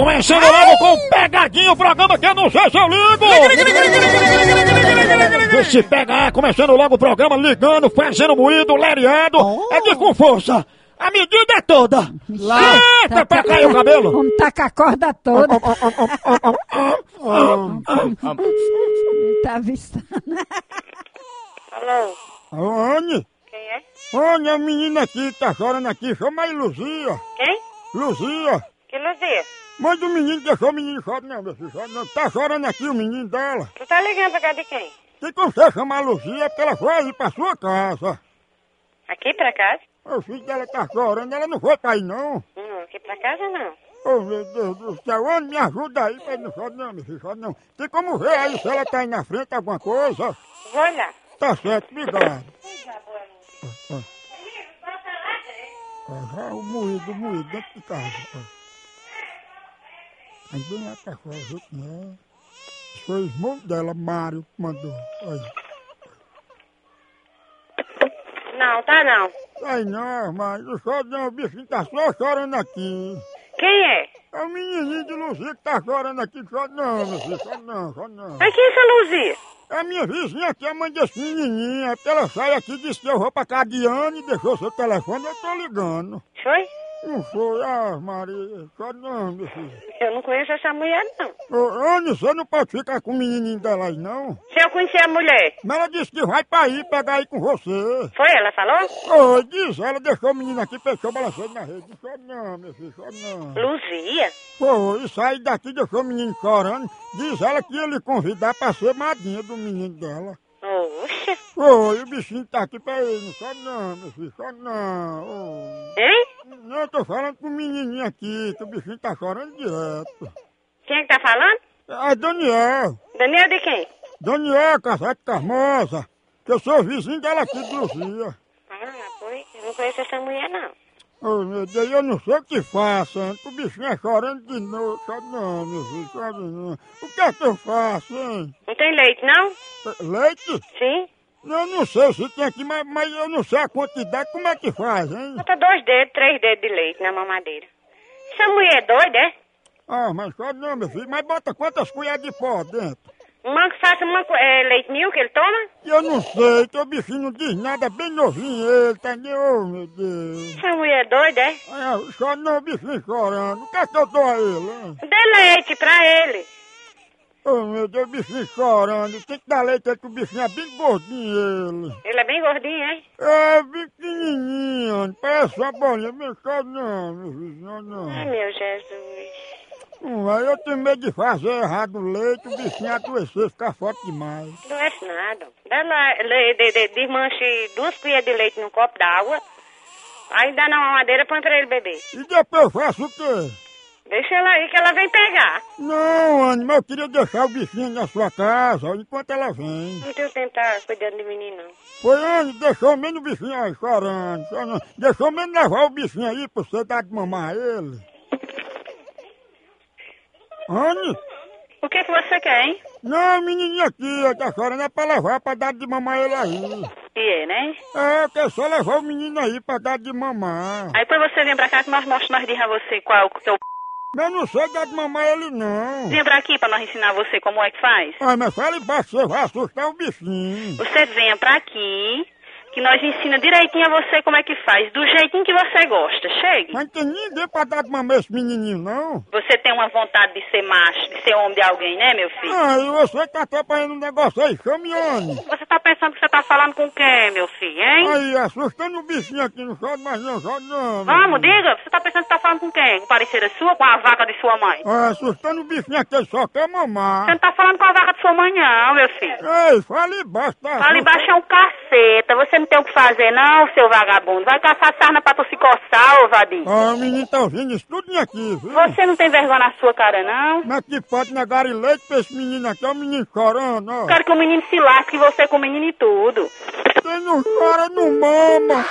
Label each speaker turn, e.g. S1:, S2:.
S1: Começando logo com pegadinha, o programa que eu não sei se eu ligo! Esse pega é, começando logo o programa, ligando, fazendo moído, lereado, é de com força! A medida é toda! Eita, pra cair o cabelo!
S2: tá Vamos tacar a corda toda. tá avistando.
S3: Alô,
S1: Ah, Anne,
S3: quem é?
S1: Anne, a menina aqui tá chorando aqui, chama aí Luzia!
S3: Quem?
S1: Luzia!
S3: Que é Luzia?
S1: Manda o menino, deixou o menino chorar, não, deixa chorar, não, tá chorando aqui o menino dela!
S3: Tu tá ligando pra cá de quem?
S1: Tem que você chamar a Luzia, porque ela foi aí pra sua casa!
S3: Aqui pra casa?
S1: O filho dela tá chorando, ela não foi cair não.
S3: Não, aqui pra casa não.
S1: Ô meu Deus do céu, homem, me ajuda aí, pra ele não chora não, meu filho, chora não. Tem como ver aí se ela tá aí na frente alguma coisa?
S3: Vou olhar.
S1: Tá certo, obrigado. ah.
S3: Alô,
S1: Ah, já o moído, o moído, dentro de casa. ah. Aí bem lá pra fora, viu quem é? Isso Foi o irmão dela, Mário, que mandou. Aí.
S3: Não, tá não.
S1: Ai não, mas não chora não, o bichinho tá só chorando aqui.
S3: Quem é?
S1: É o menininho de Luzia que tá chorando aqui, chora não, meu filho, chora não, chora não.
S3: Mas quem é essa Luzia?
S1: A minha vizinha aqui, a mãe desse menininho, é porque ela sai aqui e disse que eu vou pra casa de Ana e deixou seu telefone, eu tô ligando.
S3: Foi?
S1: Não foi, ah, Maria, só não, meu filho.
S3: Eu não conheço essa mulher não.
S1: Ô, Ana, você não pode ficar com o menininho dela aí, não?
S3: Se eu conhecer a mulher,
S1: Mas ela disse que vai pra aí pegar aí com você.
S3: foi ela, falou?
S1: Ô, diz, ela deixou o menino aqui, fechou balançando na rede. Só não, meu filho, só não.
S3: Luzia?
S1: Pô, e saí daqui, deixou o menino chorando. Diz ela que ia lhe convidar pra ser madrinha do menino dela.
S3: Oxa.
S1: Ô, e o bichinho tá aqui pra ele, não sabe não, meu filho, só não. ô.
S3: Hein?
S1: Não, eu tô falando com o menininho aqui, que o bichinho tá chorando direto.
S3: Quem é que tá falando?
S1: É Daniel,
S3: Daniel de quem?
S1: Daniel Casete Carmosa, que eu sou vizinho dela aqui de Luzia.
S3: Ah, foi. Eu não conheço essa mulher não.
S1: Ô, meu Deus, eu não sei o que faço, hein, que o bichinho é chorando de novo, sabe não, meu filho, sabe não. O que é que eu faço, hein?
S3: Não tem leite não?
S1: Leite?
S3: Sim.
S1: Eu não sei se tem aqui, mas, mas eu não sei a quantidade, como é que faz, hein?
S3: Bota dois dedos, três dedos de leite na mamadeira. Essa mulher é doida, é?
S1: Ah, mas só não, meu filho. Mas bota quantas colheres de pó dentro?
S3: Manco, faça manco, é, leite mil que ele toma?
S1: Eu não sei, teu bichinho não diz nada, bem novinho ele, tá nem, oh meu Deus.
S3: Essa mulher é doida, é?
S1: Ah, só não, o bichinho chorando. O que é que eu dou a ele, hein?
S3: Dê leite pra ele.
S1: Oh meu Deus, o bichinho chorando. Tem que dar leite aí que o bichinho é bem gordinho ele.
S3: Ele é bem gordinho, hein?
S1: É, bem pequenininho, parece uma bolinha, meu só não, meu filho, só
S3: Ai,
S1: não.
S3: meu Jesus.
S1: Hum, Aí eu tenho medo de fazer errado o leite, o bichinho adoecer, ficar forte demais.
S3: Doeste é nada. Dá lá, le- de, de, desmanche duas colheres de leite num copo d'água. Aí dá na mamadeira, põe pra ele beber.
S1: E depois eu faço o quê?
S3: Deixa ela aí que ela vem pegar.
S1: Não, Anny, mas eu queria deixar o bichinho na sua casa ó, enquanto ela vem.
S3: Não tem o tempo tá cuidando de menino, não.
S1: Foi, Anny, deixou menos o bichinho aí chorando, chorando. Deixou menos levar o bichinho aí pra você dar de mamar a ele. Anny,
S3: O que que você quer, hein?
S1: não, menininha aqui, ó, tá chorando é pra levar, pra dar de mamar ele aí.
S3: E é, né?
S1: É, eu quero só levar o menino aí pra dar de mamar.
S3: Aí depois você vem pra cá que nós, nós, nós dirá você qual que é o...
S1: Mas eu não sei dar de mamar ele, não.
S3: Vem pra aqui pra nós ensinar você como é que faz.
S1: Ah, mas fala embaixo, você vai assustar o bichinho.
S3: Você venha pra aqui, que nós ensina direitinho a você como é que faz, do jeitinho que você gosta. Chegue.
S1: Mas não tem ninguém pra dar de mamar esse menininho, não.
S3: Você tem uma vontade de ser macho, de ser homem de alguém, né, meu filho?
S1: Ah, e você tá atrapalhando um negócio aí, caminhando.
S3: Você tá pensando que você tá falando com quem, meu filho, hein?
S1: Aí, assustando o bichinho aqui, não chora mais não, chora não. meu
S3: Vamos,
S1: filho.
S3: diga. Você tá pensando que tá falando com quem? Com a parecer sua, com a vaca de sua mãe?
S1: Ah, assustando o bichinho aqui, ele só quer
S3: Você
S1: mamar.
S3: não tá falando com a vaca de sua mãe, não, meu filho.
S1: Ei, fale baixo, tá?
S3: Fala embaixo é um caceta. Você não tem o que fazer, não, seu vagabundo. Vai caçar sarna pra tu se coçar, ô vadio.
S1: Ah, o menino tá ouvindo isso tudo aqui, viu?
S3: Você não tem vergonha na sua cara, não?
S1: Mas que pode negar e leite pra esse menino aqui, ó, o menino chorando, ó.
S3: Quero é que o menino se lasque, você com o menino e tudo.
S1: Quem não chora, não mama.